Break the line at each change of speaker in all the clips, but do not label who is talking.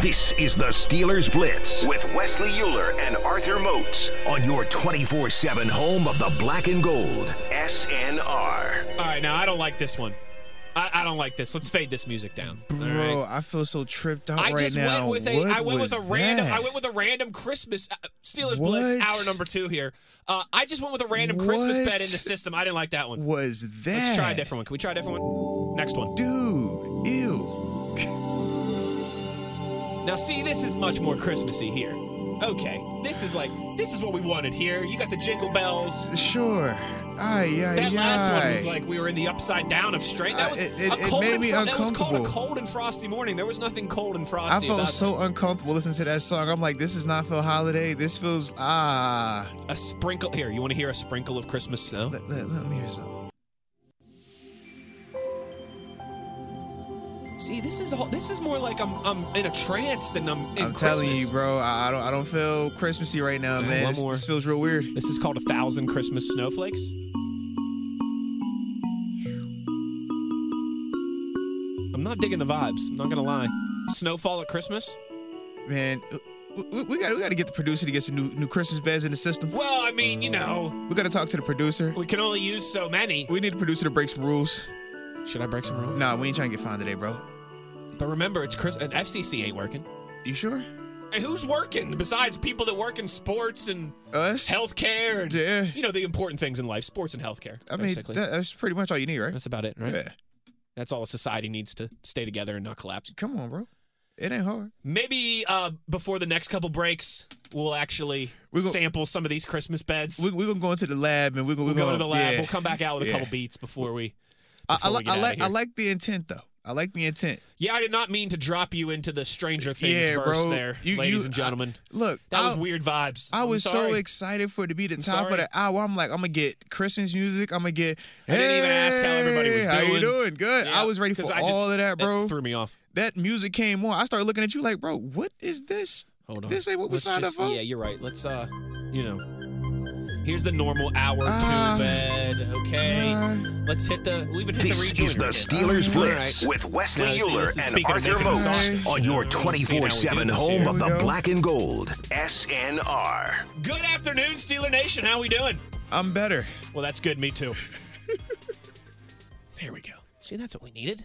This is the Steelers Blitz with Wesley Euler and Arthur Moats on your 24 7 home of the black and gold, SNR.
All right, now I don't like this one. I, I don't like this. Let's fade this music down. All right.
Bro, I feel so tripped out
I
right
just
now.
went with a
What
I went with
was
a random
that?
I went with a random Christmas uh, Steelers Blitz
What?
hour number two here. Uh, I just went with a random Christmas
What?
bet in the system. I didn't like that one.
was that?
Let's try a different one. Can we try a different one? Next one.
Dude, ew.
Now see, this is much more Christmassy here. Okay, this is like this is what we wanted here. You got the jingle bells.
sure. Ay, ay,
That last one was
ay.
like we were in the upside down of strength. That
Uh,
was
it- it-
a
it
cold
made
and
me
fro- That was called a
uncomfortable.
cold and frosty morning. There was nothing cold and
I
frosty.
felt
about
so uncomfortable listening to that song. I'm like, this is not Phil Holiday. This feels ah.
a sprinkle. Here, you want to hear a sprinkle of Christmas snow?
Let, let, let me hear something.
See, this is all. This is more like I'm I'm in a trance than I'm in
I'm
Christmas.
telling you, bro. I, I don't. I don't feel Christmassy right now,
right,
man.
one
This,
more.
this feels real weird.
This is called a thousand Christmas snowflakes. I'm not digging the vibes. I'm not gonna lie. Snowfall at Christmas?
Man, we, we got we got to get the producer to get some new new Christmas beds in the system.
Well, I mean, you know,
We got to talk to the producer.
we can only use so many.
We need the producer to break some rules.
Should I break some rules?
Nah, we ain't trying to get fined today, bro.
But remember, it's Chris. And FCC ain't working.
You sure?
Hey, who's working besides people that work in sports and
Us?
healthcare and
Yeah.
you know the important things in life, sports and healthcare.
I mean,
basically,
that, that's pretty much all you need, right?
that's about it, right?
Yeah.
That's all society needs to stay together and not collapse.
Come on, bro. It ain't hard.
Maybe uh, before the next couple breaks, we'll actually
We go-
sample some of these Christmas beds.
We're we are going to go into the lab and we're going
we'll
we
go
gonna,
to the lab.
yeah.
We'll come back out with a
Yeah.
couple beats before we.
I, I,
before we
li-
get
I
outta
like I
here.
like the intent though. I like the intent.
Yeah, I did not mean to drop you into the Stranger Things
yeah,
verse
bro.
there,
You-
ladies
you-
and gentlemen.
I- look,
that was
I-
weird vibes.
I
I'm
was so
sorry.
excited for it to be the top of
sorry.
the hour. I'm like, I'm gonna get Christmas music. I'm gonna get.
I didn't even ask how everybody was
"Hey, How
doing."
you doing? Good.
Yeah,
I was ready
'cause
for
I did-
all of that, bro.
threw me off.
that music came on. I started looking at you like, bro, what is this?
Hold on.
This ain't what we
Let's
signed
just-
up for.
Yeah, you're right. Let's uh, you know, here's the normal hour
Ah.
two bed. Okay,
Ah.
let's hit the. We even hit
This
the rejoiner.
is the
again.
Steelers
All
Blitz
right.
with Wesley
Now, see,
Euler
this is
and
speaking of
Arthur
making a
Moats
sausage,
on
you
your
know, we've
24
seen how we do
7
this
home
here.
of the
Here we go.
black and gold, SNR.
Good afternoon, Steeler Nation. How we doing?
I'm better.
Well, that's good. Me too. there we go. See, that's what we needed.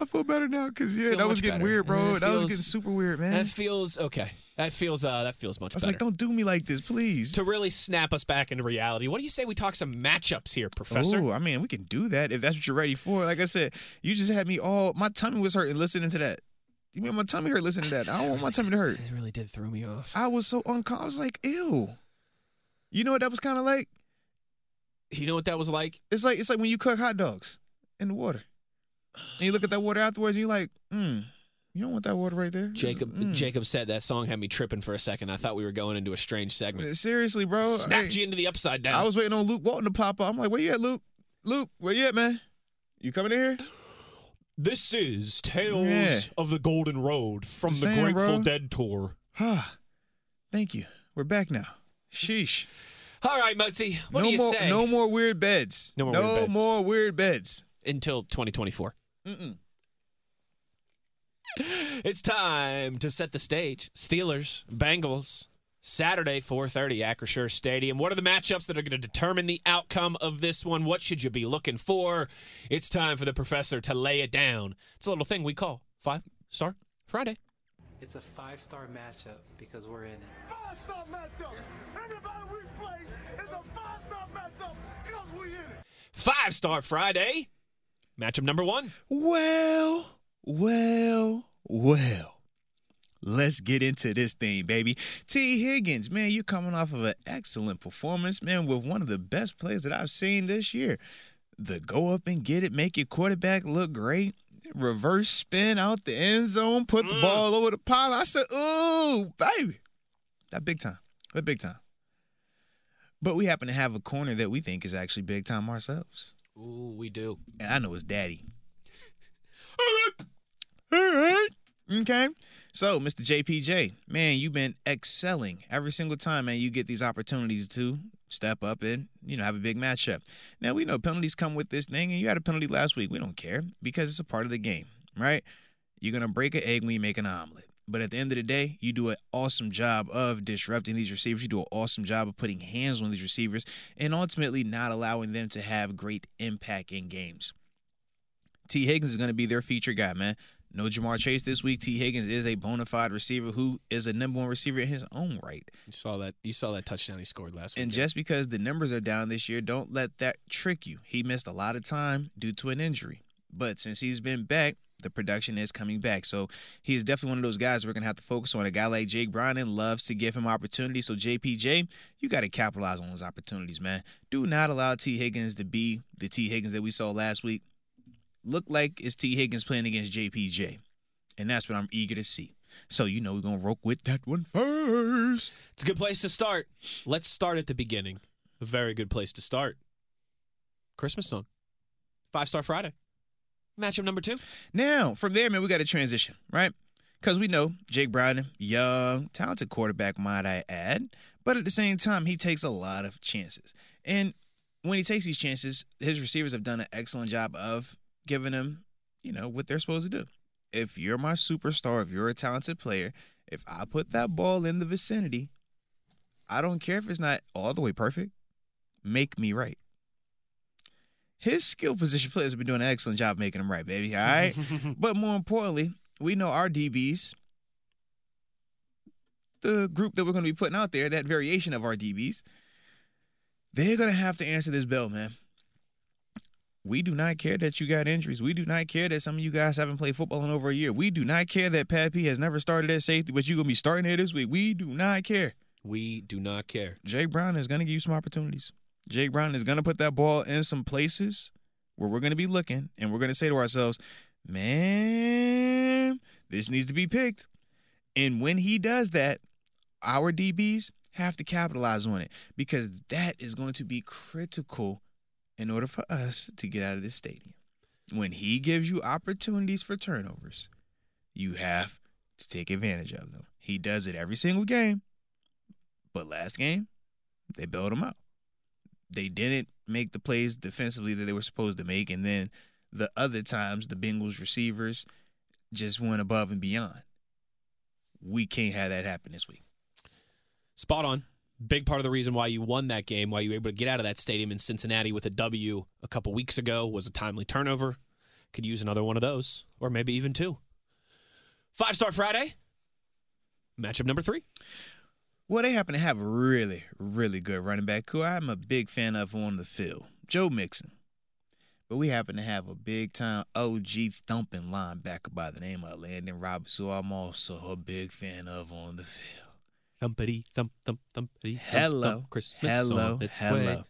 I feel better now because yeah,
Feel
that was
much
getting
better.
weird, bro.
It
that was
feels-
getting super weird, man.
That feels okay. That feels uh, that feels much
I was
better.
like, don't do me like this, please.
to really snap us back into reality, what do you say we talk some matchups here, Professor?
Oh, I mean, we can do that if that's what you're ready for. Like I said, you just had me all my tummy was hurting listening to that. You mean my tummy hurt listening to that? I don't want my tummy to hurt.
It really did throw me off.
I was so uncomfortable. I was like, ew. You know what that was kind of like?
You know what that was like?
It's like it's like when you cook hot dogs in the water, and you look at that water afterwards, and you're like, mm, you don't want that water right there,
Jacob
Mm.
Jacob said that song had me tripping for a second. I thought we were going into a strange segment.
mm. Seriously, bro.
Snapped
Hey,
you into the upside down.
I was waiting on Luke Walton to pop up. I'm like, where you at, Luke? Luke, where you at, man? You coming in here?
this is Tales
Yeah.
of the Golden Road from
Just saying, bro.
Dead tour.
Ah, Thank you. We're back now. Sheesh.
All right, Mozi, what
no
do you
more,
say?
No more weird beds.
No more weird beds.
more weird beds.
Until 2024.
Mm-mm.
It's time to set the stage. Steelers, Bengals, Saturday, 4.30, Acrisure Stadium. What are the matchups that are going to determine the outcome of this one? What should you be looking for? It's time for the professor to lay it down. It's a little thing we call Five Star Friday.
It's a five star matchup because we're in it.
five-star matchup. Everybody we play is a five-star matchup. Go
Five Star Friday. Matchup number one.
Well, well, well. Let's get into this thing, baby. T. Higgins, man, you're coming off of an excellent performance, man, with one of the best plays that I've seen this year. The go up and get it, make your quarterback look great. Reverse spin out the end zone, put the ball over the pile. I said, ooh, baby. That big time. That big time. But we happen to have a corner that we think is actually big time ourselves.
Ooh, we do.
And I know it's daddy. All right. Okay. So, Mr. JPJ, man, you've been excelling every single time, man. You get these opportunities to step up and, you know, have a big matchup. Now, we know penalties come with this thing, and you had a penalty last week. We don't care because it's a part of the game, right? You're going to break an egg when you make an omelet. But at the end of the day, you do an awesome job of disrupting these receivers. You do an awesome job of putting hands on these receivers and ultimately not allowing them to have great impact in games. T. Higgins is going to be their feature guy, man. No Jamar Chase this week. T. Higgins is a bona fide receiver who is a number one receiver in his own right.
You saw that. You saw that touchdown he scored last
And just because the numbers are down this year, don't let that trick you. He missed a lot of time due to an injury. But since he's been back, the production is coming back. So he is definitely one of those guys we're going to have to focus on. A guy like Jake Browning loves to give him opportunities. So, JPJ, you got to capitalize on those opportunities, man. Do not allow T. Higgins to be the T. Higgins that we saw last week. Look like it's T. Higgins playing against JPJ. And that's what I'm eager to see. So, you know, we're going to rock with that one first.
It's a good place to start. Let's start at the beginning. A very good place to start. Christmas song. Five Star Friday. Matchup number two.
Now, from there, man, we got to transition, right? Because we know Jake Brown, young, talented quarterback, might I add, but at the same time, he takes a lot of chances. And when he takes these chances, his receivers have done an excellent job of giving him, you know, what they're supposed to do. If you're my superstar, if you're a talented player, if I put that ball in the vicinity, I don't care if it's not all the way perfect, make me right his skill position players have been doing an excellent job making him right, baby. All right. but more importantly, we know our DBs, the group that we're going to be putting out there, that variation of our DBs, they're going to have to answer this bell, man. We do not care that you got injuries. We do not care that some of you guys haven't played football in over a year. We do not care that Pat P has never started at safety, but you're going to be starting here this week. We do not care.
We do not care.
Jake Brown is going to give you some opportunities. Jake Brown is going to put that ball in some places where we're going to be looking and we're going to say to ourselves, man, this needs to be picked. And when he does that, our DBs have to capitalize on it because that is going to be critical in order for us to get out of this stadium. When he gives you opportunities for turnovers, you have to take advantage of them. He does it every single game. But last game, they bailed him out they didn't make the plays defensively that they were supposed to make. And then the other times, the Bengals receivers just went above and beyond. We can't have that happen this week.
Spot on. Big part of the reason why you won that game, why you were able to get out of that stadium in Cincinnati with a W a couple weeks ago, was a timely turnover. Could use another one of those, or maybe even two. Five Star Friday. Matchup number three.
Well, they happen to have a really, really good running back who I'm a big fan of on the field, Joe Mixon. But we happen to have a big time OG thumping linebacker by the name of Landon Roberts, who I'm also a big fan of on the field.
Thumpity thump thump thumpity. Thump,
Hello.
thump, Christmas
hello.
on its
hello.
way.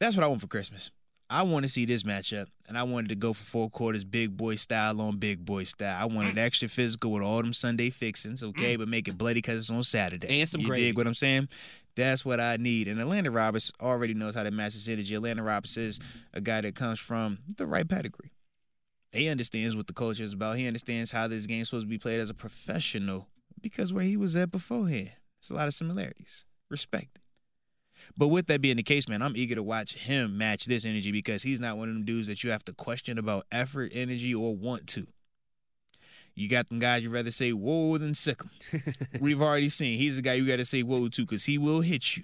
That's what I want for Christmas. I want to see this matchup, and I wanted to go for four quarters, big boy style on big boy style. I
Mm.
wanted extra physical with all them Sunday fixings, okay, but make it bloody because it's on Saturday.
And some
you
gravy.
dig what I'm saying? That's what I need. And Atlanta Roberts already knows how to match his energy. Atlanta Roberts is a guy that comes from the right pedigree. He understands what the culture is about. He understands how this game's supposed to be played as a professional because where he was at beforehand, it's a lot of similarities. Respect it. But with that being the case, man, I'm eager to watch him match this energy because he's not one of them dudes that you have to question about effort, energy, or want to. You got them guys you rather say whoa than sick 'em. We've already seen he's the guy you got to say whoa to because he will hit you.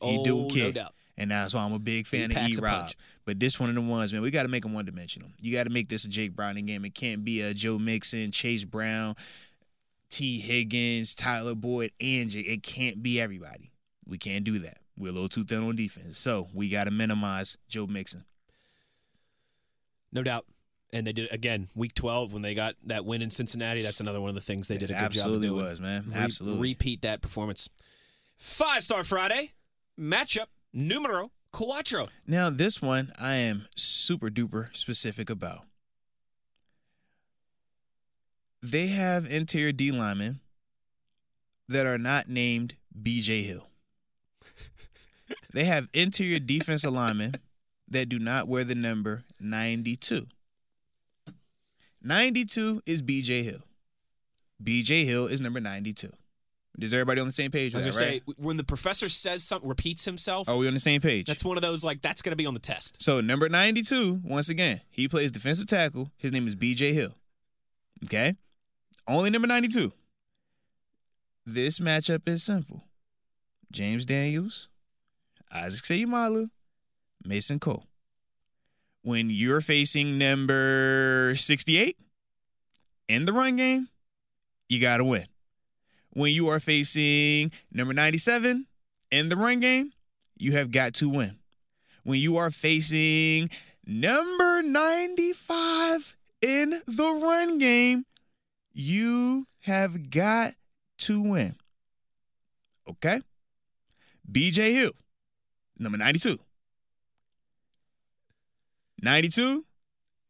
He
oh,
do care.
no doubt.
And that's why I'm a big fan of
packs
E
a
Rob.
punch.
But this one of the ones, man, we got to make him one dimensional. You got to make this a Jake Browning game. It can't be a Joe Mixon, Chase Brown, T. Higgins, Tyler Boyd, and Jake. It can't be everybody. We can't do that. We're a little too thin on defense. So we got to minimize Joe Mixon.
No doubt. And they did again week twelve when they got that win in Cincinnati. That's another one of the things they did a good
Absolutely
job of doing.
was, man.
Re-
Absolutely.
repeat that performance. Five star Friday matchup numero cuatro.
Now, this one I am super duper specific about. They have interior D linemen that are not named BJ Hill. they have interior defensive linemen that do not wear the number 92. 92 is BJ Hill. BJ Hill is number 92. Is everybody on the same page?
I was
with
gonna
that,
say
right? Oh,
when the professor says something, repeats himself.
Are we on the same page?
that's one of those like that's gonna be on the test.
So number 92, once again, he plays defensive tackle. His name is BJ Hill. Okay? Only number 92. This matchup is simple. James Daniels, Isaac Sayamalu, Mason Cole. When you're facing number 68 in the run game, you got to win. When you are facing number 97 in the run game, you have got to win when you are facing number 95 in the run game, you have got to win. Okay? BJ Hill, number 92. 92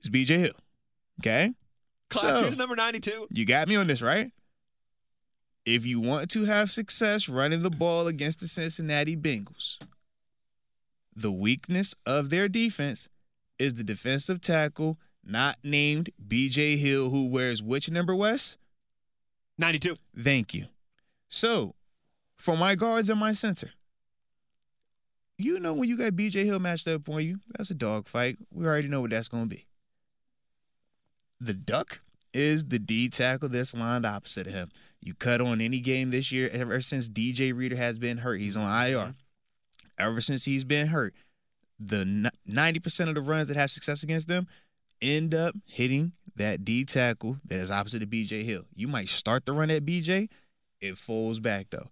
is BJ Hill. Okay?
Class,
So-
who's number ninety two?
you got me on this, right? If you want to have success running the ball against the Cincinnati Bengals, the weakness of their defense is the defensive tackle not named BJ Hill, who wears which number, Wes?
Ninety two.
Thank you. So, for my guards and my center, you know when you got BJ Hill matched up on you, that's a dogfight. We already know what that's going to be. The duck is the D tackle that's lined opposite of him. You cut on any game this year, ever since DJ Reader has been hurt, he's on IR. Ever since he's been hurt, the n- 90% of the runs that have success against them end up hitting that D tackle that is opposite to BJ Hill. You might start the run at BJ, it folds back though.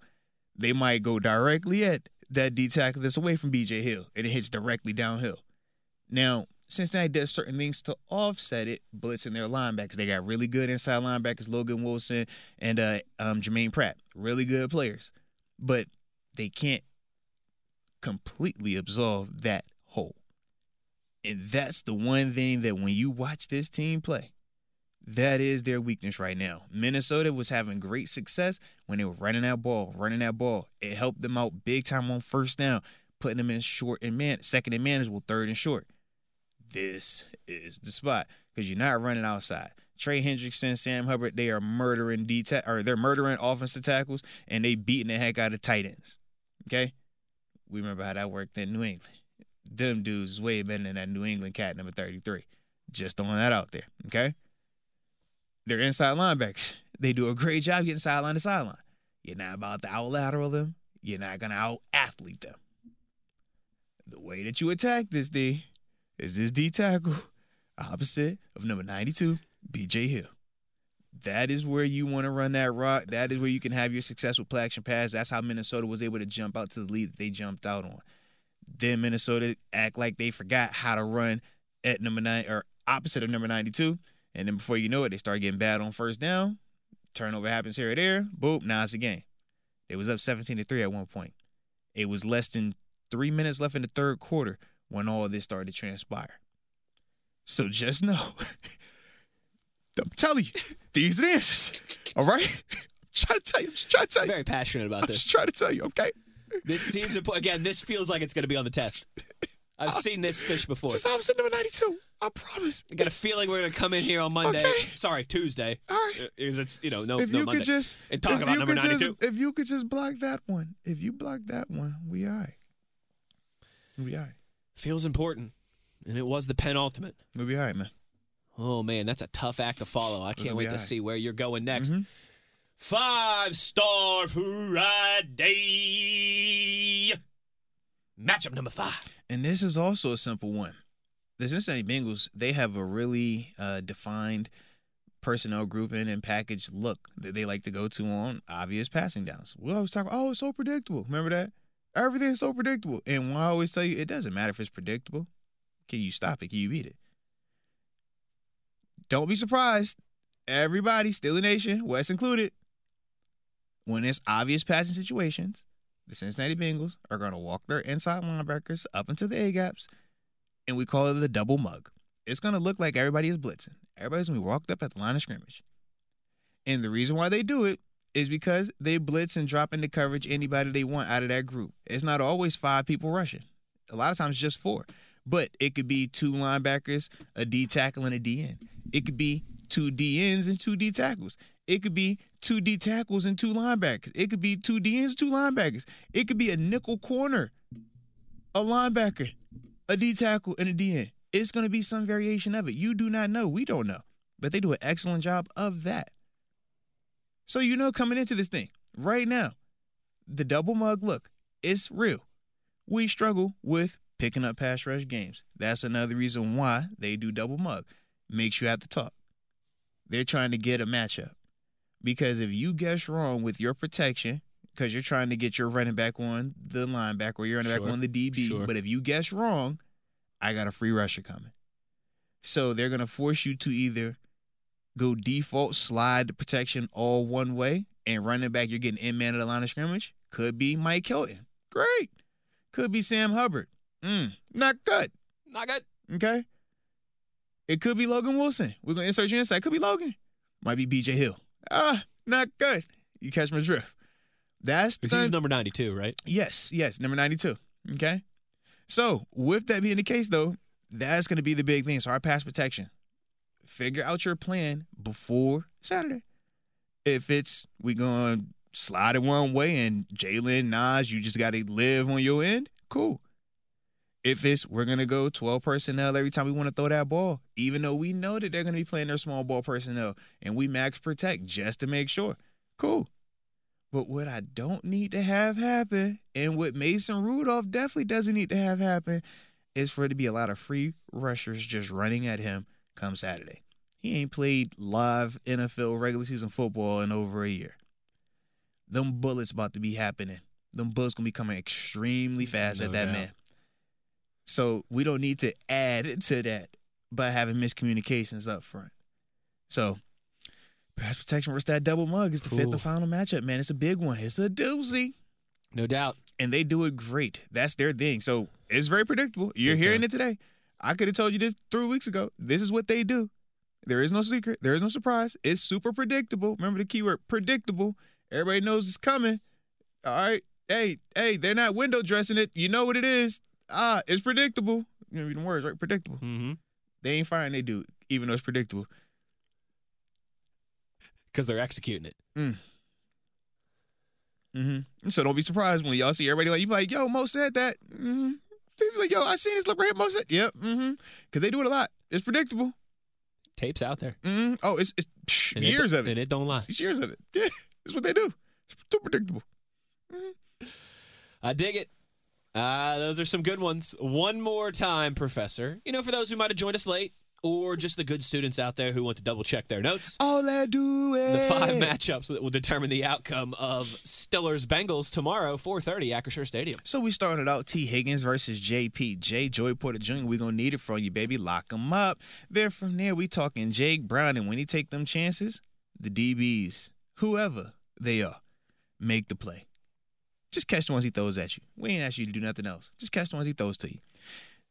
They might go directly at that D tackle that's away from BJ Hill and it hits directly downhill. Now, Cincinnati does certain things to offset it, blitzing their linebackers. They got really good inside linebackers, Logan Wilson and uh, um, Jermaine Pratt. Really good players. But they can't completely absolve that hole. And that's the one thing that when you watch this team play, that is their weakness right now. Minnesota was having great success when they were running that ball, running that ball. It helped them out big time on first down, putting them in short and man, second and manageable, third and short. This is the spot because you're not running outside. Trey Hendrickson, Sam Hubbard, they are murdering D or they're murdering offensive tackles and they beating the heck out of tight ends. Okay, we remember how that worked in New England them dudes is way better than that New England cat number 33. Just throwing that out there, okay? They're inside linebackers. They do a great job getting sideline to sideline. You're not about to out lateral them. You're not going to out athlete them. The way that you attack this D is this D tackle opposite of number 92, BJ Hill. That is where you want to run that rock. That is where you can have your successful play action pass. That's how Minnesota was able to jump out to the lead that they jumped out on then Minnesota act like they forgot how to run at number nine or opposite of number 92. And then before you know it, they start getting bad on first down. Turnover happens here or there. Boop, now it's a game. It was up 17 to 3 at one point. It was less than three minutes left in the third quarter when all of this started to transpire. So just know. I'm telling you, these it is. All right? I'm trying to tell you. I'm just trying to tell you.
Very passionate about
I'm
this.
just trying to tell you, okay?
This seems important. Again, this feels like it's going to be on the test. I've seen this fish before.
Just opposite number 92. I promise.
I got a feeling we're going to come in here on Monday.
Okay.
Sorry, Tuesday.
All right.
Because it's, you know, no,
if
Uh, no
you
Monday.
could just
and talk
if
about
you
number
could just-
92.
if you could just block that one, if you block that one, we all right. We all right.
Feels important. And it was the penultimate.
We be all right, man.
Oh, man, that's a tough act to follow. I can't
It'll be
wait to
all right.
see where you're going next.
Mhm.
Five star Friday. Matchup number five.
And this is also a simple one. The Cincinnati Bengals, they have a really uh, defined personnel grouping and package look that they like to go to on obvious passing downs. We always talk about, oh, it's so predictable. Remember that? Everything's so predictable. And why I always tell you, it doesn't matter if it's predictable. Can you stop it? Can you beat it? Don't be surprised. Everybody, Steeler Nation, West included, when it's obvious passing situations, the Cincinnati Bengals are going to walk their inside linebackers up into the A gaps, and we call it the double mug. It's going to look like everybody is blitzing. Everybody's going to be walked up at the line of scrimmage. And the reason why they do it is because they blitz and drop into coverage anybody they want out of that group. It's not always five people rushing. A lot of times just four. But it could be two linebackers, a D tackle, and a DN. It could be two DNs and two D tackles. It could be two D tackles and two linebackers. It could be two DNs and two linebackers. It could be a nickel corner, a linebacker, a D tackle, and a DN. It's going to be some variation of it. You do not know. We don't know. But they do an excellent job of that. So you know coming into this thing right now, the double mug look, it's real. We struggle with picking up pass rush games. That's another reason why they do double mug. Makes you have to talk. They're trying to get a matchup. Because if you guess wrong with your protection, because you're trying to get your running back on the linebacker or your running
Sure,
back on the DB,
sure.
but if you guess wrong, I got a free rusher coming. So they're going to force you to either go default slide the protection all one way and running back you're getting in man at the line of scrimmage could be Mike Hilton. Great. Could be Sam Hubbard. Mm, not good.
Not good.
Okay. It could be Logan Wilson. We're gonna insert you inside. Could be Logan. Might be BJ Hill. Ah, not good. You catch my drift. That's the
Because he's number 92, right?
Yes, yes, number 92. Okay. So, with that being the case, though, that's going to be the big thing. So, our pass protection. Figure out your plan before Saturday. If it's we going to slide it one way and Jalen, Nas, you just got to live on your end, cool. If it's we're going to go 12 personnel every time we want to throw that ball, even though we know that they're going to be playing their small ball personnel and we max protect just to make sure, cool. But what I don't need to have happen, and what Mason Rudolph definitely doesn't need to have happen, is for it to be a lot of free rushers just running at him come Saturday. He ain't played live NFL regular season football in over a year. Them bullets about to be happening. Them bullets gonna be coming extremely fast
Mm, No
at that
doubt.
man. So we don't need to add to that by having miscommunications up front. So pass protection versus that double mug is the fifth
Cool.
and final matchup, man. It's a big one. It's a doozy.
No doubt.
And they do it great. That's their thing. So it's very predictable. You're
Big
hearing
time.
it today. I could have told you this three weeks ago. This is what they do. There is no secret. There is no surprise. It's super predictable. Remember the keyword predictable. Everybody knows it's coming. All right. Hey, hey, they're not window dressing it. You know what it is. Ah, it's predictable. You know, reading words, right? Predictable.
Mm-hmm.
They ain't firing they do, even though it's predictable.
Because they're executing it.
Mm-hmm. So don't be surprised when y'all see everybody like you be like, yo, Mo said that. Mm-hmm. They be like, yo, I seen this look right here. Mo said, yep. Mm-hmm. Because they do it a lot. It's predictable.
Tapes out there.
Mm-hmm. Oh, it's, it's psh,
And
years
it,
of it.
And it don't lie.
It's years of it. Yeah, it's what they do. It's too predictable.
I dig it. Uh, those are some good ones. One more time, Professor. You know, for those who might have joined us late or just the good students out there who want to double check their notes,
All I do is
the five matchups that will determine the outcome of Steelers Bengals tomorrow, 4.30, Akershire Stadium.
So we started out T. Higgins versus JP. J. Joy Porter Jr. We gonna need it from you, baby. Lock him up. Then from there we talking Jake Brown, and when he take them chances, the DBs, whoever they are, make the play. Just catch the ones he throws at you. We ain't ask you to do nothing else. Just catch the ones he throws to you.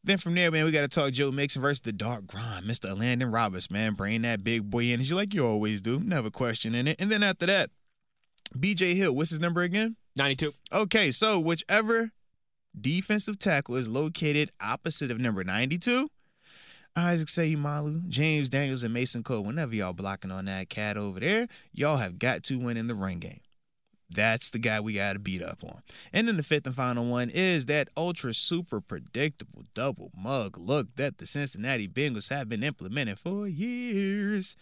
Then from there, man, we got to talk Joe Mixon versus the dark grind, Mr. Landon Roberts, man. Bring that big boy energy like you always do. Never questioning it. And then after that, BJ Hill, what's his number again?
92.
Okay, so whichever defensive tackle is located opposite of number 92, Isaac Sayumalu, James Daniels, and Mason Cole, whenever y'all blocking on that cat over there, y'all have got to win in the run game. That's the guy we got to beat up on. And then the fifth and final one is that ultra super predictable double mug look that the Cincinnati Bengals have been implementing for years.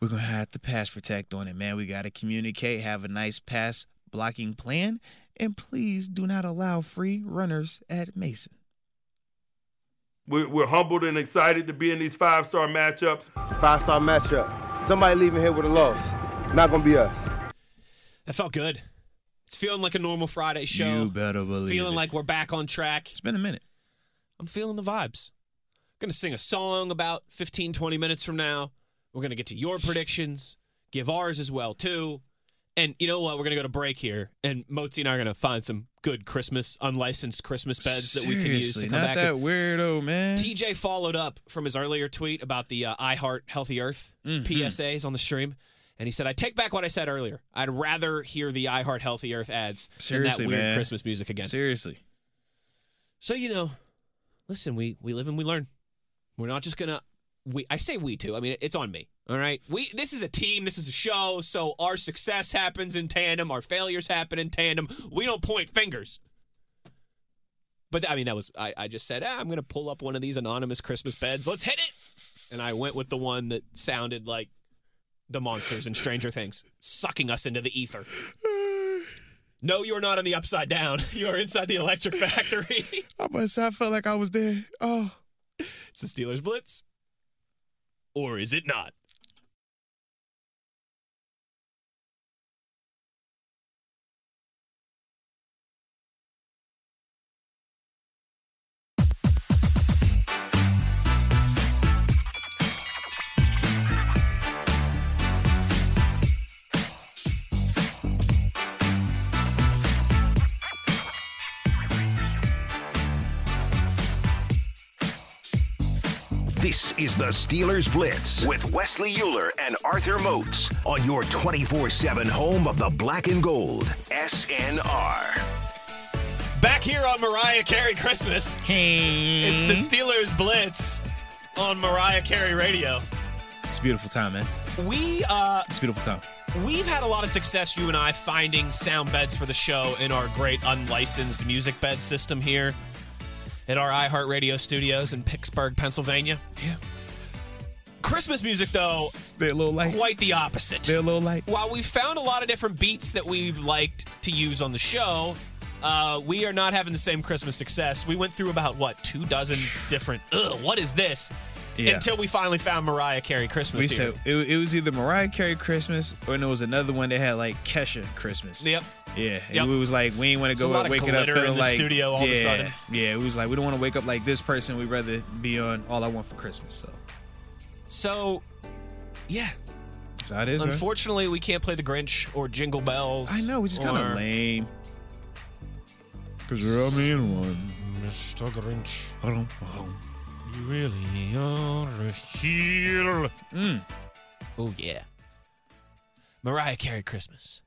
We're gonna have to pass protect on it, man. We gotta communicate, have a nice pass blocking plan, and please do not allow free runners at Mason.
We're, we're humbled and excited to be in these five star matchups.
Five star matchup. Somebody leaving here with a loss. Not gonna be us.
That felt good. It's feeling like a normal Friday
You
show.
better believe
Feeling
it.
like we're back on track.
It's been a minute.
I'm feeling the vibes. Going to sing a song about 15, 20 minutes from now. We're going to get to your predictions, give ours as well, too. And you know what? We're going to go to break here, and Motzi and I are going to find some good Christmas, unlicensed Christmas beds that we can use to
Seriously,
come
not
back.
that
'Cause
weirdo, man.
TJ followed up from his earlier tweet about the uh, iHeart Healthy Earth
Mm-hmm.
PSAs on the stream. And he said, I take back what I said earlier. I'd rather hear the iHeart Healthy Earth ads
Seriously,
than that weird
man.
Christmas music again.
Seriously.
So you know, listen, we we live and we learn. We're not just gonna. We I say we too. I mean, it's on me. All right. We this is a team. This is a show. So our success happens in tandem. Our failures happen in tandem. We don't point fingers. But I mean, that was I. I just said ah, I'm gonna pull up one of these anonymous Christmas beds. Let's hit it. And I went with the one that sounded like the monsters and Stranger Things, sucking us into the ether. No, you're not on the upside down. You are inside the electric factory.
I must. Oh, I felt like I was there. Oh.
It's the Steelers Blitz. Or is it not?
This is the Steelers Blitz with Wesley Euler and Arthur Moats on your 24 7 home of the black and gold, SNR.
Back here on Mariah Carey Christmas, it's the Steelers Blitz on Mariah Carey Radio.
It's a beautiful time, man.
We uh
It's a beautiful time.
we've had a lot of success, you and I, finding sound beds for the show in our great unlicensed music bed system here at our iHeartRadio studios in Pittsburgh, Pennsylvania. Yeah. Christmas music though,
they're a little light.
quite the opposite.
They're a little light.
while we found a lot of different beats that we've liked to use on the show, uh, we are not having the same Christmas success. We went through about what two dozen different. Ugh, what is this?
Yeah.
Until we finally found Mariah Carey
We
Christmas. here.
said it, it was either Mariah Carey Christmas or there was another one that had like Kesha Christmas.
Yep.
Yeah, and
Yep.
we was like, we ain't want to
There's a
go
lot
up
of
waking up
glitter in
feeling
the
like
studio all of
yeah,
a sudden.
yeah. We was like, we don't want to wake up like this person. We'd rather be on All I Want for Christmas. So
So, yeah.
that's how it is. bro.
Unfortunately, we can't play the Grinch or Jingle Bells.
I know, which is kind
or
of lame. Cause I'm in one.
Mr. Grinch,
Hold on, hold on.
you really are a heel.
Hmm,
Oh yeah. Mariah Carey Christmas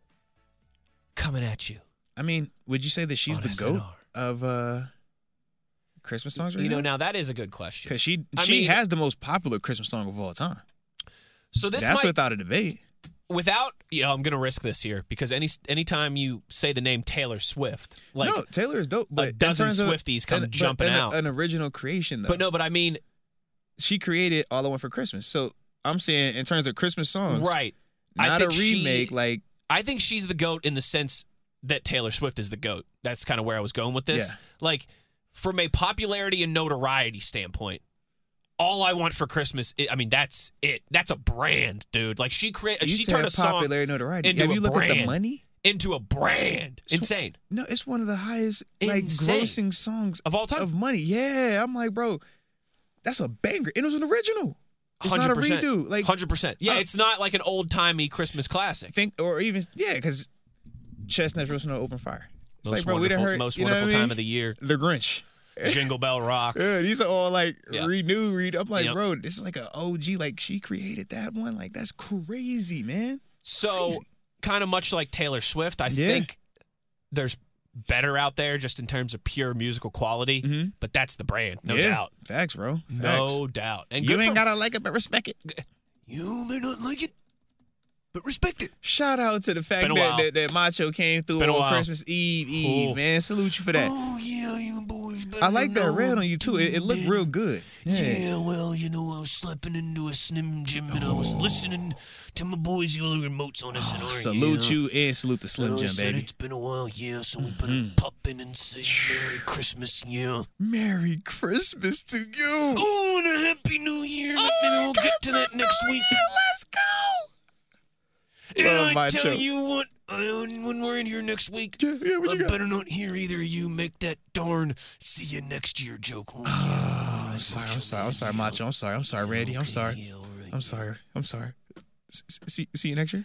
coming at you.
I mean, would you say that she's
On
the goat
SNR.
of uh Christmas songs right
You know, now that is a good question.
Because she
I
she
mean-
has the most popular Christmas song of all time.
So this
That's
might,
without a debate.
without you know, I'm gonna risk this here because any anytime you say the name Taylor Swift, like,
no, Taylor is dope. But in
dozen
terms of-
Swifties come
an- but
jumping
an-
out.
An original creation, though.
but no, but I mean,
she created All I Want for Christmas. So I'm saying in terms of Christmas songs,
right? I
Not a
think she-
remake. like
I think she's the goat in the sense that Taylor Swift is the goat. That's kind of where I was going with this.
Yeah.
Like, from a popularity and notoriety standpoint, all I want for Christmas, i I mean, that's it. That's a brand, dude. Like she created,
you
she
said,
turned a song
popular notoriety.
into
Have
a
you looked at the
brand.
money?
into a brand.
So-
Insane.
No, it's one of the highest like
Insane.
grossing songs
Of all time.
of money. Yeah, I'm like, bro, that's a banger. And it was an original. It's not a
100%.
redo. Like
hundred percent. Yeah,
uh,
it's not like an old timey Christmas classic.
think or even yeah, because chestnuts roasting on open fire. It's
most
like, bro, we done
wonderful,
heard
most
you know
wonderful
what I
time
mean?
of the year.
The Grinch.
Jingle Bell Rock.
Yeah, these are all like
Yeah.
renew, read. I'm like,
Yep.
bro, this is like an OG. Like she created that one. Like that's crazy, man.
So,
Crazy.
kind of much like Taylor Swift, I
Yeah.
think there's better out there just in terms of pure musical quality. But that's the brand, no
Mm-hmm. Yeah.
doubt,
Facts, bro. Facts.
no doubt. And
you
good
ain't
for-
gotta like it, but respect it.
You may not like it, but respect it.
Shout out to the fact
been a
that,
while.
that that Macho came through
been a
on
while.
Christmas Eve. Eve,
Cool.
man, salute you for that.
Oh, yeah, you boys. better
I like that
know.
red on you too. It, it looked real good. Yeah.
Yeah, well, you know, I was slapping into a Slim Jim and I was listening to my boys, Euler and Moats on
Oh,
SNR.
Salute
yeah.
you and salute the
I
Slim
know I
Jim,
said
baby.
it's been a while, yeah, so we better pop in and say Merry Christmas, yeah.
Merry Christmas to you.
Oh, and a Happy New Year. but maybe we'll get to that next week.
Let's go.
And
Love
I
Macho.
tell you what,
uh, when we're in here next week,
Yeah, yeah, what
I
you got?
better not hear either of you make that darn "see you next year" joke. won't you?
Oh, I'm sorry. I'm sorry. I'm sorry, Macho. I'm sorry. I'm sorry, Randy. I'm sorry.
Yeah, all right.
I'm sorry. I'm sorry. S- s- See, see you next year.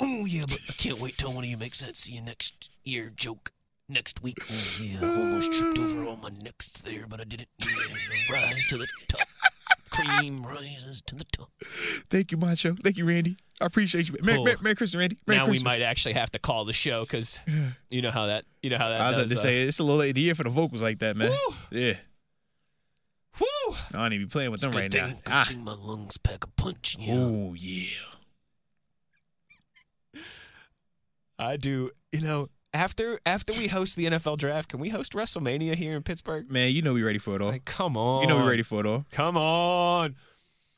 Oh yeah, but I can't wait till one of you makes that "see you next year" joke next week. Oh yeah, I almost tripped over all my necks there, but I did it. Yeah, rise to the top. Cream rises to the top.
Thank you, Macho. Thank you, Randy. I appreciate you. Merry,
Cool.
Merry, Merry Christmas, Randy. Merry
Oh. now
Christmas.
we might actually have to call the show because you know how that you know how that
I was
does.
about to
uh,
say it's a little late in the year for the vocals like that, man.
Woo!
Yeah,
Woo!
I don't even be playing with them right now.
Good thing-
Ah,
good thing my lungs pack a punch. Yeah.
oh yeah.
I do. You know, after after we host the NFL draft, can we host WrestleMania here in Pittsburgh?
Man, you know we ready for it all.
Like, come on.
You know we ready for it all.
Come on.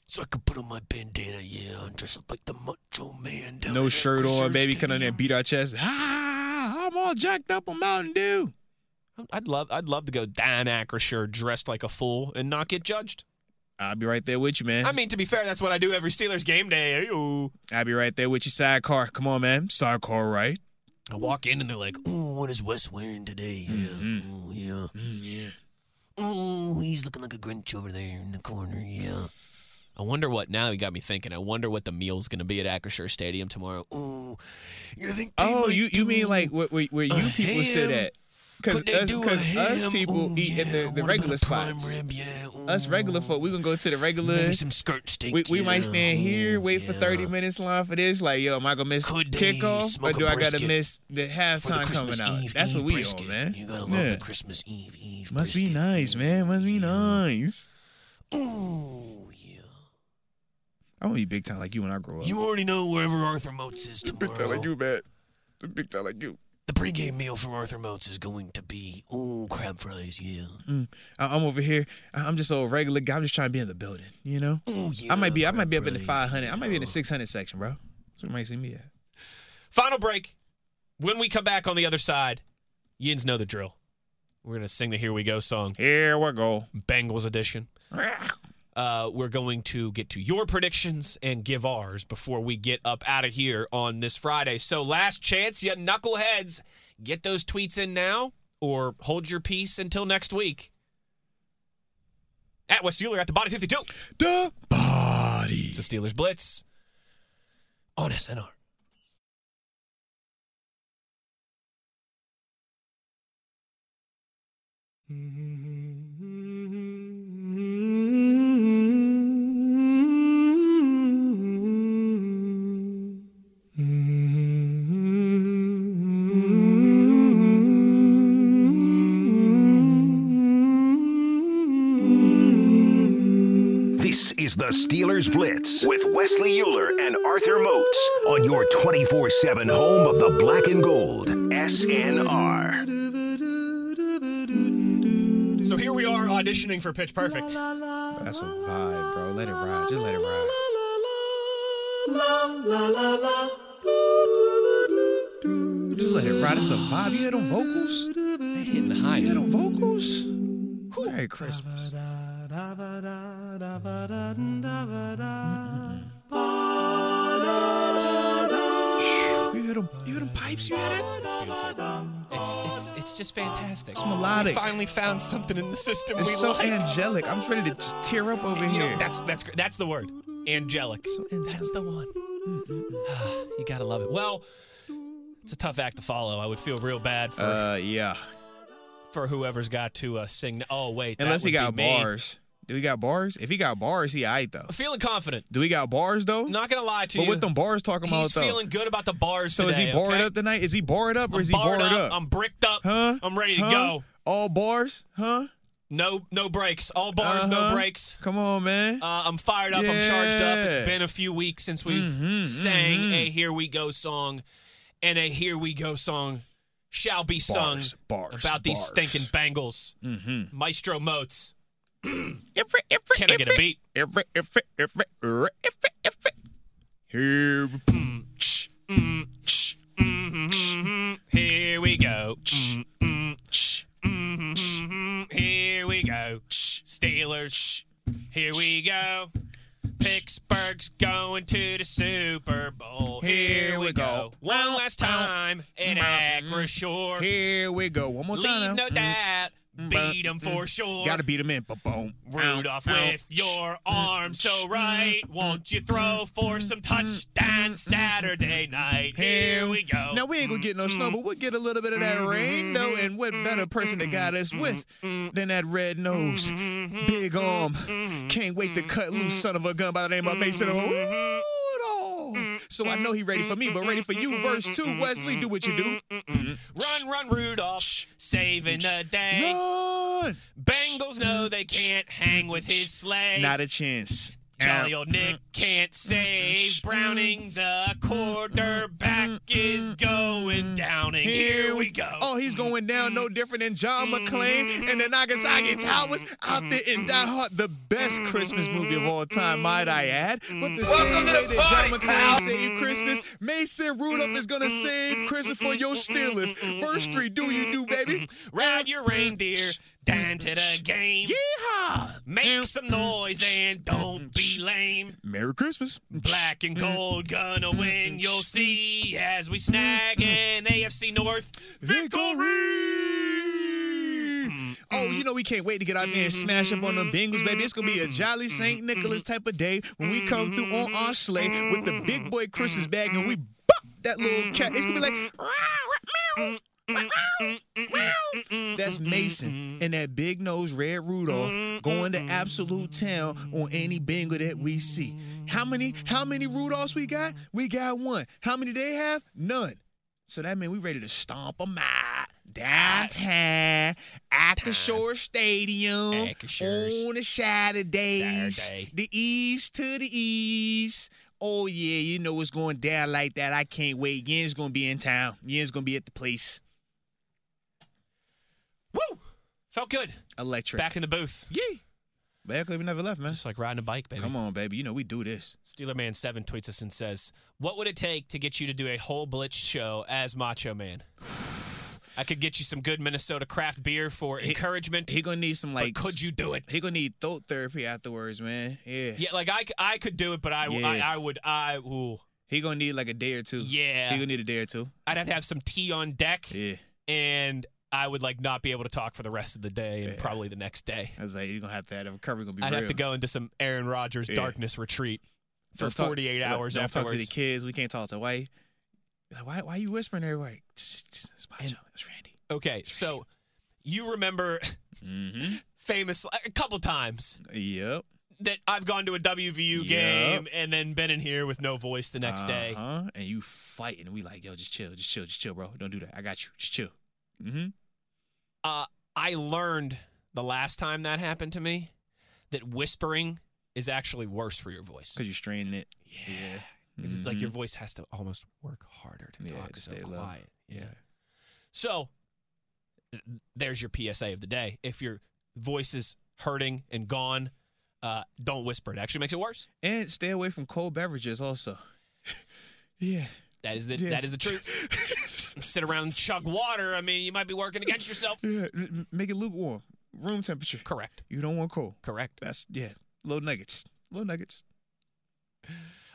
So I can put on my bandana, yeah, and dress up like the Macho Man. Down
No
at
shirt
Acrisure
on, baby. Come down there and
Stadium.
beat our chest. Ah, I'm all jacked up on Mountain Dew.
I'd love, I'd love to go Dan Akershire dressed like a fool and not get judged.
I'll be right there with you, man.
I mean, to be fair, that's what I do every Steelers game day. oh. Ayo.
I'll be right there with your sidecar. Come on, man. Sidecar, right?
I walk in and they're like, "Ooh, what is Wes wearing today?" Yeah, ooh, yeah, yeah. Ooh, he's looking like a Grinch over there in the corner. Yeah. I wonder what now. You got me thinking. I wonder what the meal's gonna be at Akershire Stadium tomorrow. Ooh, you think? They
Oh,
might
you, you
do-
mean like where, where, where you
a
people sit
ham?
at? Because
Could they
us,
do a
'cause us
ham?
people
Ooh,
eat
yeah.
at the, the
What about
regular
a prime
spots.
Rib? Yeah.
Us
ooh.
regular folk, we're going to go to the regular.
Maybe some skirt steak.
We, we
yeah,
might stand here,
ooh,
wait for
yeah.
30 minutes line for this. Like, yo, am I going to miss
Could they
kickoff? Or
smoke a
do I got to
brisket
miss the
for the
halftime
Christmas
coming out?
Eve,
That's
Eve
what we
brisket.
on, man.
You gotta love
Yeah.
the Christmas Eve Eve.
Must be
brisket.
nice, man. Must be
Yeah.
nice.
Ooh, yeah.
I want to be big time like you when I grow up.
You already know wherever Arthur Motes is
big time
tomorrow.
like you, man. Big time like you.
The pregame meal from Arthur Motes is going to be ooh crab fries, yeah.
I- I'm over here. I- I'm just a regular guy. I'm just trying to be in the building, you know?
Ooh, yeah.
I might be. I might
crab
be up in the
fries,
500. I might be in the
yeah.
600 section, bro. That's where you might see me at.
Final break. When we come back on the other side, Yins know the drill. We're gonna sing the Here We Go song,
Here we go.
Bengals edition. Uh, we're going to get to your predictions and give ours before we get up out of here on this Friday. So, last chance, you knuckleheads, get those tweets in now or hold your peace until next week. At West Euler at the body 52.
The body.
It's a Steelers Blitz on SNR.
This is the Steelers Blitz with Wesley Euler and Arthur Moats on your 24 7 home of the black and gold, SNR.
So, here we are auditioning for Pitch Perfect.
That's a vibe, bro. Let it ride. Just let it ride. Just let it ride. It's a vibe. You hear them vocals?
Hitting the
You
highs.
hear them vocals? Merry Christmas. You hear them? You hear them pipes? You hear that?
It's, it's, it's just fantastic.
It's
We
melodic.
finally found something in the system we
It's so
like.
angelic. I'm ready to just tear up over
You know,
here.
that's that's gr- that's the word. Angelic. That's the one. you gotta love it. Well, it's a tough act to follow. I would feel real bad for,
Uh, yeah.
for whoever's got to uh, sing. Oh wait, that
Unless he
would be
got
me.
bars. Do we got bars? If he got bars, he aight though.
I'm feeling confident.
Do we got bars though?
I'm not gonna lie to
But
you.
with them bars talking about
he's
though.
feeling good about the bars.
so is he
today,
barred
okay?
up tonight? Is he barred up or
I'm
is he barred
up.
up?
I'm bricked up.
huh?
I'm ready to
Huh?
go.
All bars? Huh?
No no breaks. All bars, no
Uh-huh.
breaks.
Come on, man.
Uh, I'm fired up. I'm charged up. It's
Yeah.
been a few weeks since we've
Mhm,
sang
mhm.
a Here We Go song, and a Here We Go song shall be sung
Bars, bars,
about these
bars.
stinking Bengals.
mm-hmm.
Maestro Moats. Can I get a beat?
Here we
Mhm. Here we go. Mhm. Mhm. Here we go. Steelers. Here we go. Pittsburgh's going to the Super Bowl. Here we go. uh, One last time in mm, Acroshore.
Here we go. One more
Leave
time. now.
no doubt.
but-
Beat 'em for sure.
Gotta beat him in. Ba-boom.
Rudolph
Ow, ow.
with your arm so right. Won't you throw for some touchdowns Saturday night? mm, Here we go. Mm-hmm.
Now we ain't gonna get no snow, but we'll get a little bit of that rain though. And what better person to guide us
Mm-hmm.
with than that red nose, big
Mm-hmm.
arm, can't wait to cut loose son of a gun by the name of Mason
Mm-hmm.
Rudolph. So I know he ready for me, but ready for you. Verse two, Wesley, do what you do.
Mm-hmm. Run, run, Rudolph, saving the day.
Run,
Bengals know they can't hang with his sleigh.
not a chance.
Jolly old Nick can't save. Browning, the quarterback, is going downing. Here we go. Mm-hmm.
Oh, he's going down no different than John McClane and the Nagasaki Towers out there in Die Hard, the
Mm-hmm.
best Christmas movie of all time, might I add. But the same way that John McClane saved Christmas, Mason Rudolph is gonna
Mm-hmm.
save Christmas for your Steelers. Verse three, do you do, baby?
Ride your reindeer down to the game.
Yeehaw!
Make some noise and don't be lame.
Merry Christmas.
Black and gold gonna win, you'll see, as we snag an AFC North victory.
Oh, you know we can't wait to get out there and smash up on them Bengals, baby. It's gonna be a jolly St. Nicholas type of day when we come through on our sleigh with the big boy Christmas bag and we bop that little cat. It's gonna be like. "Rah, rah, meow, rah, rah, meow." That's Mason and that big nose red Rudolph going to absolute town on any Bengal that we see. How many? How many Rudolphs we got? We got one. How many they have? None. So that means we ready to stomp 'em out downtown, Acashore Stadium,
Acashores.
on the Saturdays,
Saturday.
the east to the east. Oh yeah, you know it's going down like that. I can't wait. Yen's gonna be in town. Yen's gonna be at the place.
Woo! Felt good.
Electric.
Back in the booth. Yee.
Back like we never left, man.
Just like riding a bike, baby.
Come on, baby. You know we do this.
Steeler Man Seven tweets us and says, "What would it take to get you to do a whole Blitz show as Macho Man? I could get you some good Minnesota craft beer for encouragement.
He gonna need some like.
could you do it?
He gonna need throat therapy afterwards, man. Yeah.
yeah, like I, c- I could do it, but I, w- I-
Yeah.
I would, I, ooh,
He gonna need like a day or two.
Yeah.
He gonna need a day or two.
I'd have to have some tea on deck,
Yeah.
and I would like not be able to talk for the rest of the day and
Yeah.
probably the next day.
I was like, you're gonna have to have a recovery gonna be
I'd
real.
have to go into some Aaron Rodgers
Yeah.
darkness retreat for
Don't talk-
48
don't-
hours
don't
afterwards.
talk to the kids. We can't talk to wife. Like, why? Why you whispering to everybody? Just- just- It's Macho. It's Randy.
Okay, so you remember
Mm-hmm.
famous a couple times
Yep.
that I've gone to a WVU
Yup.
game and then been in here with no voice the next day.
Uh-huh. And you fighting. We like, yo, just chill, just chill, just chill, bro. Don't do that. I got you. Just chill. Mm-hmm. Uh-huh.
Uh, I learned the last time that happened to me that whispering is actually worse for your voice.
Cause you're straining it.
Yeah. 'Cause It's like your voice has to almost work harder to
Mm-hmm. Yeah,
talk
to
so
stay low.
quiet. Yeah. So th- there's your PSA of the day. If your voice is hurting and gone, uh, don't whisper. It actually makes it worse.
And stay away from cold beverages, also. yeah.
That is the
Yeah.
that is the truth. Sit around and chug water. I mean, you might be working against yourself.
Yeah. m- Make it lukewarm, room temperature.
Correct.
You don't want cold.
Correct.
That's yeah. Little nuggets. Little nuggets.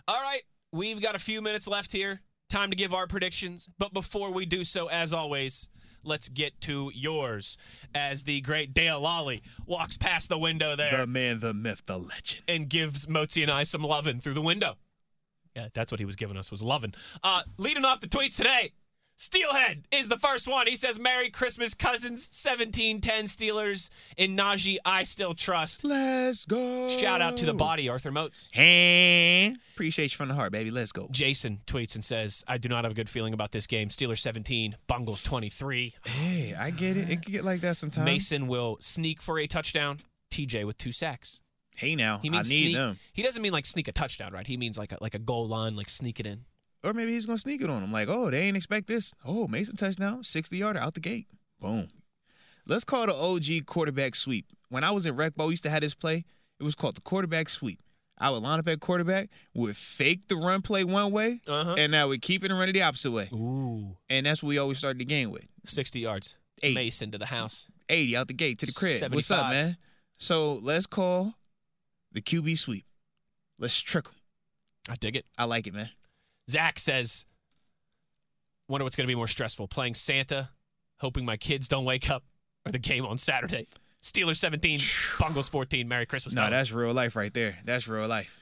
All right, we've got a few minutes left here. Time to give our predictions. But before we do so, as always, let's get to yours as the great Dale Lally walks past the window there
The man, the myth, the legend.
and gives Mozi and I some lovin' through the window. Yeah, that's what he was giving us was lovin'. Uh, leading off the tweets today, Steelhead is the first one. He says, "Merry Christmas, cousins. 1710 Steelers in Najee. I still trust."
Let's go.
Shout out to the body, Arthur Moats.
Hey. Appreciate you from the heart, baby. Let's go.
Jason tweets and says, I do not have a good feeling about this game. Steelers 17, Bungles 23.
Hey, I get it. It can get like that sometimes.
Mason will sneak for a touchdown. TJ with two sacks.
Hey now,
He
Oh, I
means
need
sneak.
them.
He doesn't mean like sneak a touchdown, right? He means like a, like a goal line, like sneak it in.
Or maybe he's gonna sneak it on him. Like, oh, they ain't expect this. Oh, Mason touchdown, 60 yarder out the gate. Boom. Let's call the OG quarterback sweep. When I was in rec ball, we used to have this play. It was called the quarterback sweep. I would line up at quarterback, would fake the run play one way,
Uh-huh.
and I would keep it and run it the opposite way.
Ooh.
And that's what we always started the game with.
60 yards.
Eight.
Mason to the house.
80 out the gate to the crib. What's up,
75.
man? So let's call the QB sweep. Let's trick 'em.
I dig it.
I like it, man.
Zach says, "Wonder what's going to be more stressful: playing Santa, hoping my kids don't wake up, or the game on Saturday." Steelers 17, Bungles 14. Merry Christmas.
No,
fellas.
that's real life right there. That's real life.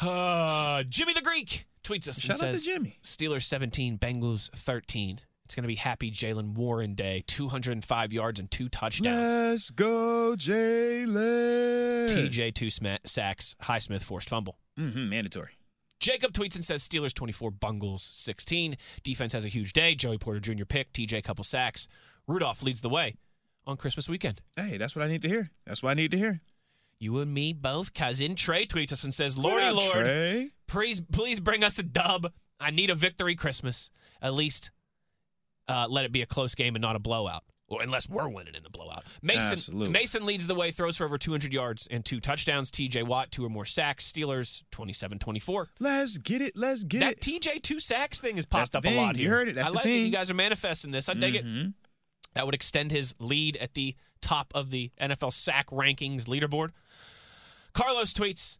Uh, Jimmy the Greek tweets us
Shout out to
and says,
Jimmy.
Steelers 17, Bengals 13. It's going to be happy Jalen Warren day. 205 yards and two touchdowns.
Let's go, Jalen.
TJ, two sma- sacks. Highsmith forced fumble.
hmm mandatory.
Jacob tweets and says Steelers 24, Bungles 16. Defense has a huge day. Joey Porter Jr. pick. TJ, couple sacks. Rudolph leads the way on Christmas weekend.
Hey, that's what I need to hear. That's what I need to hear.
You and me both, cousin. Trey tweets us and says, Lordy
What up,
Lord.
Trey?
please please bring us a dub. I need a victory Christmas. At least uh, let it be a close game and not a blowout. Or unless we're winning in the blowout. Mason
Absolutely.
Mason leads the way, throws for over 200 yards and two touchdowns. TJ Watt, two or more sacks. Steelers, 27-24.
Let's get it. Let's get
That
it.
TJ two sacks thing has popped
the
up a lot
thing.
here.
You heard it. That's
I
the
like it. You
thing.
guys are manifesting this. I dig it.
Mhm.
That would extend his lead at the top of the NFL sack rankings leaderboard. Carlos tweets,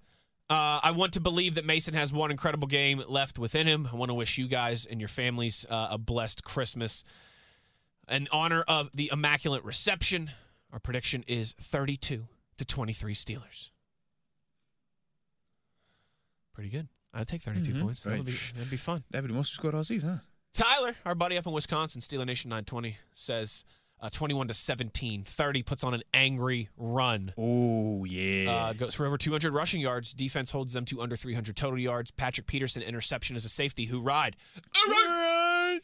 uh, I want to believe that Mason has one incredible game left within him. I want to wish you guys and your families uh, a blessed Christmas. In honor of the Immaculate Reception, our prediction is 32 to 23 Steelers. Pretty good. I'd take 32
Mhm.
points. That'd
Right.
be, that'd be fun.
That'd be the most we scored all season, huh?
Tyler, our buddy up in Wisconsin, Steeler Nation 920, says uh, 21 to 17. 30 puts on an angry run.
Oh yeah.
Uh, goes for over 200 rushing yards. Defense holds them to under 300 total yards. Patrick Peterson interception is a safety. Who ride?
Alright.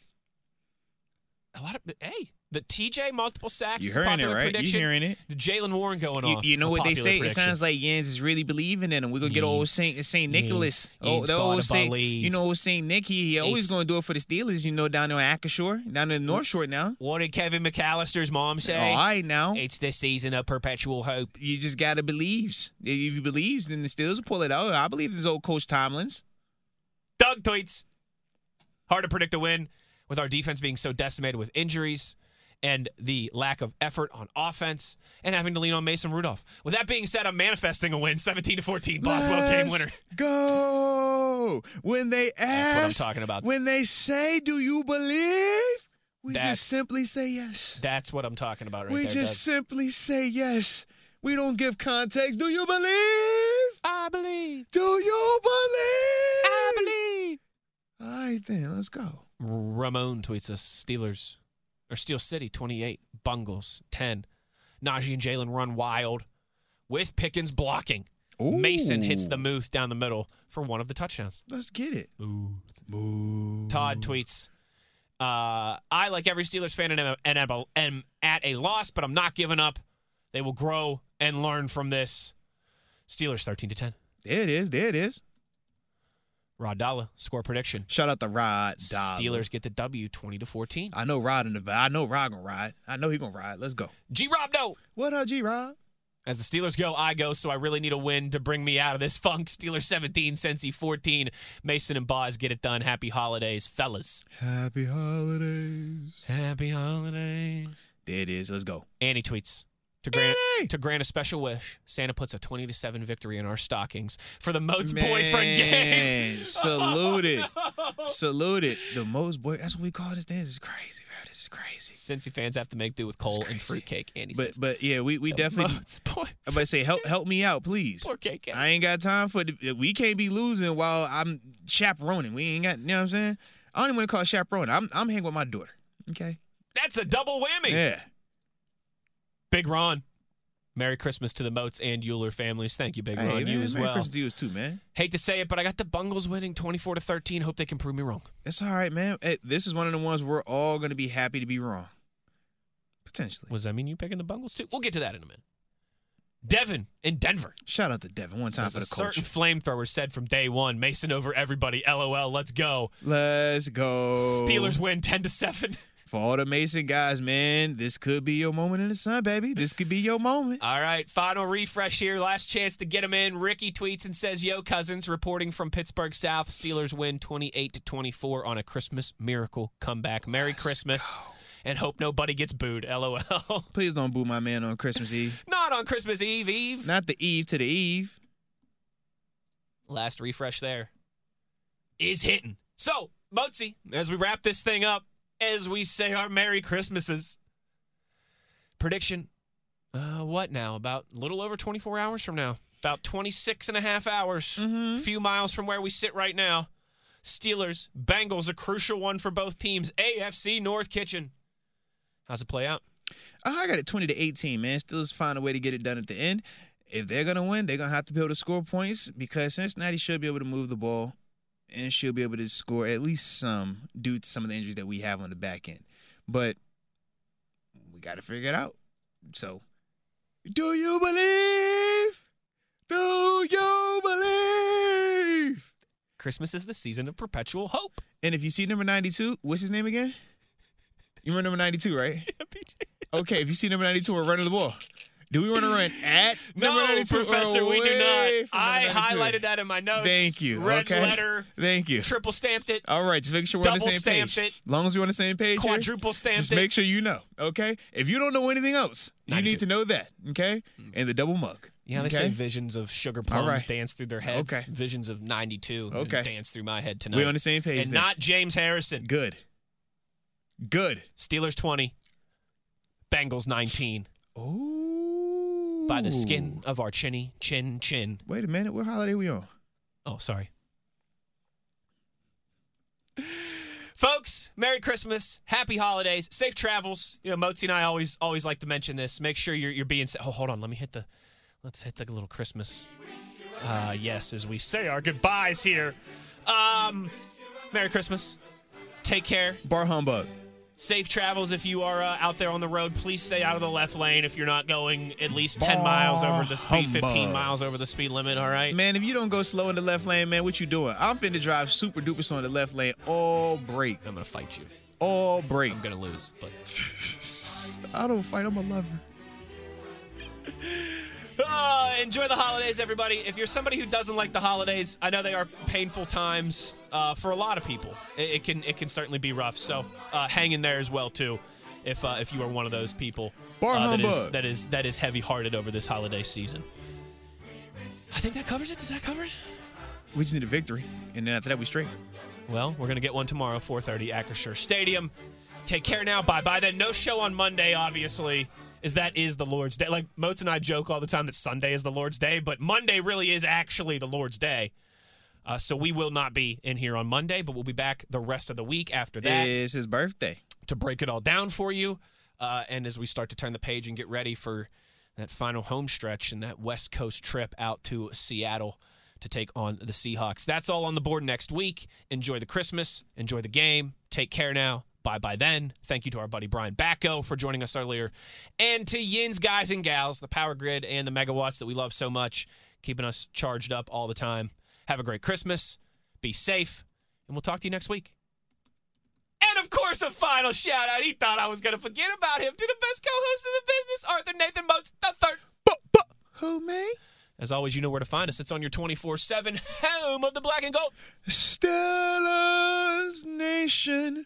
A lot of hey, the TJ multiple sacks.
You hearing it,
popular
right? You
Prediction.
hearing it?
Jalen Warren going
You,
off.
you know
a
what they
popular
say? It
prediction.
sounds like Yans is really believing in him. We're gonna get old Saint Saint
Yans-
Nicholas. Oh,
Yans
the
gotta
old Saint.
believe.
You know old Saint Nick. He, he always
It's-
gonna do it for the Steelers. You know down there on Akershore, down in the North Shore now.
What did Kevin McAllister's mom say?
All right now.
It's the season of perpetual hope.
You just gotta believes. If you believes, then the Steelers will pull it out. I believe this old Coach Tomlin's.
Doug tweets. Hard to predict a win with our defense being so decimated with injuries and the lack of effort on offense and having to lean on Mason Rudolph. With that being said, I'm manifesting a win 17 to 14. Boswell game winner.
Let's Go when they ask.
That's what I'm talking about.
When they say, "Do you believe?" We
That's-
just simply say yes.
That's what I'm talking about right
we
there.
just simply say yes. We don't give context. Do you believe?
Doug. I believe.
Do you believe?
I believe.
All right then, let's go.
Ramon tweets us Steelers or Steel City 28, Bungles 10. Najee and Jalen run wild with Pickens blocking. Mason hits the Muth down the middle for one of the touchdowns.
Let's get it.
Todd tweets, uh, I, like every Steelers fan, am, am, am at a loss, but I'm not giving up. They will grow and learn from this. Steelers 13 to 10.
There it is. There it is.
Rod Dalla, score prediction.
Shout out to Rod. Dollar.
Steelers get the W 20 to 14.
I know Rod in the back. I know Rod gonna ride. I know he gonna ride. Let's go.
G Rob, no.
What up, G Rod?
As the Steelers go, I go, so I really need a win to bring me out of this funk. Steelers 17, Cincy 14. Mason and Boz get it done. Happy holidays, fellas.
Happy holidays.
Happy holidays.
There it is. Let's go.
Annie tweets. To grant,
Annie!
to grant a special wish, Santa puts a 20 to 7 victory in our stockings for the Moats boyfriend Oh, game.
salute it. Salute it. The most boy. That's what we call this thing. This is crazy, bro. This is crazy.
Cincy fans have to make do with coal and
crazy.
fruitcake. Annie
But
says,
but yeah, we we
"The
definitely.
Moats boy,
I'm about to say help help me out, please.
poor KK.
I ain't got time for the, we can't be losing while I'm chaperoning. We ain't got you know what I'm saying. I don't even want to call it chaperoning. I'm I'm hanging with my daughter. Okay.
That's a double whammy.
Yeah.
Big Ron. Merry Christmas to the Moats and Euler families. Thank you, Big
Hey,
Ron.
man,
you as
Merry
well.
Christmas to you too, man.
Hate to say it, but I got the Bungles winning 24 to 13. Hope they can prove me wrong.
It's all right, man. Hey, this is one of the ones we're all gonna be happy to be wrong. Potentially.
What does that mean you picking the Bungles too? We'll get to that in a minute. Devin in Denver.
Shout out to Devin one time
Says
for the
a
culture.
certain flamethrower said from day one, Mason over everybody. LOL, let's go.
Let's go.
Steelers win 10 to 7.
For all the Mason guys, man, this could be your moment in the sun, baby. This could be your moment.
All right, final refresh here. Last chance to get him in. Ricky tweets and says, "Yo, cousins, reporting from Pittsburgh South. Steelers win 28 to 24 on a Christmas miracle comeback. Merry Christmas, and hope nobody gets booed. LOL.
Please don't boo my man on Christmas Eve.
Not on Christmas Eve, Eve.
Not the Eve to the Eve.
Last refresh there is hitting. So, Mozi, as we wrap this thing up, as we say our Merry Christmases, prediction uh, what now? About a little over 24 hours from now, about 26 and a half hours, a few miles from where we sit right now. Steelers, Bengals, a crucial one for both teams. AFC North Kitchen. How's it play out?
Oh, I got it 20 to 18, man. Steelers find a way to get it done at the end. If they're going to win, they're going to have to be able to score points because Cincinnati should be able to move the ball and should be able to score at least some due to some of the injuries that we have on the back end. But we got to figure it out. So, do you believe? Do you believe?
Christmas is the season of perpetual hope.
And if you see number 92, what's his name again? You remember number 92, right? Okay, if you see number 92, we're running the ball. Do we want to run at number
no,
92? or
Professor, we do not.
away from
I
number 92?
highlighted that in my notes.
Thank you.
Red
okay.
letter,
Thank you.
triple stamped it.
All right, just make sure we're on the
Double
same
stamped
page.
it.
As long as we're on the same page, here,
Quadruple stamped
Just
it.
make sure you know, okay? If you don't know anything else, you
92.
need to know that, okay? And the double mug.
Mm. Yeah, they
okay?
say visions of sugar plums
right.
dance through their heads.
Okay.
Visions of 92
Okay.
dance through my head tonight.
We're on the same page
And
then.
not James Harrison.
Good. Good.
Steelers 20, Bengals 19.
Ooh.
By the skin of our chinny, chin, chin.
Wait a minute. What holiday we on?
Oh, sorry. Folks, Merry Christmas, Happy Holidays, safe travels. You know, Mozi and I always always like to mention this. Make sure you're you're being. Sa- oh, hold on, let me hit the, let's hit the little Christmas. Uh, yes, as we say our goodbyes here. Um, Merry Christmas. Take care.
Bar humbug.
Safe travels if you are uh, out there on the road. Please stay out of the left lane if you're not going at least 10
Bah,
miles over the speed, 15
humbug.
miles over the speed limit, all right?
Man, if you don't go slow in the left lane, man, what you doing? I'm finna drive super duper slow in the left lane all break.
I'm going to fight you.
All break.
I'm going to lose, but.
I don't fight. I'm a lover.
Ah, enjoy the holidays, everybody. If you're somebody who doesn't like the holidays, I know they are painful times uh, for a lot of people. It, it can it can certainly be rough. So uh, hang in there as well too, if uh, if you are one of those people
Bar
uh, that is
humbug.
that is that is heavy hearted over this holiday season. I think that covers it. Does that cover it?
We just need a victory, and then after that, we straight.
Well, we're gonna get one tomorrow, 4:30, Akershire Stadium. Take care now. Bye bye. Then no show on Monday, obviously, is that is the Lord's day. Like Moats and I joke all the time that Sunday is the Lord's day, but Monday really is actually the Lord's day. Uh, so we will not be in here on Monday, but we'll be back the rest of the week after that
It's his birthday.
to break it all down for you. Uh, and as we start to turn the page and get ready for that final home stretch and that West Coast trip out to Seattle to take on the Seahawks. That's all on the board next week. Enjoy the Christmas. Enjoy the game. Take care now. Bye bye then. Thank you to our buddy Brian Backo for joining us earlier. And to Yin's guys and gals, the power grid and the megawatts that we love so much, keeping us charged up all the time. Have a great Christmas. Be safe. And we'll talk to you next week. And of course, a final shout out. He thought I was going to forget about him to the best co host in the business, Arthur Nathan Moats III.
But, but, who, man?
As always, you know where to find us. It's on your 24 7 home of the black and gold.
Stella's Nation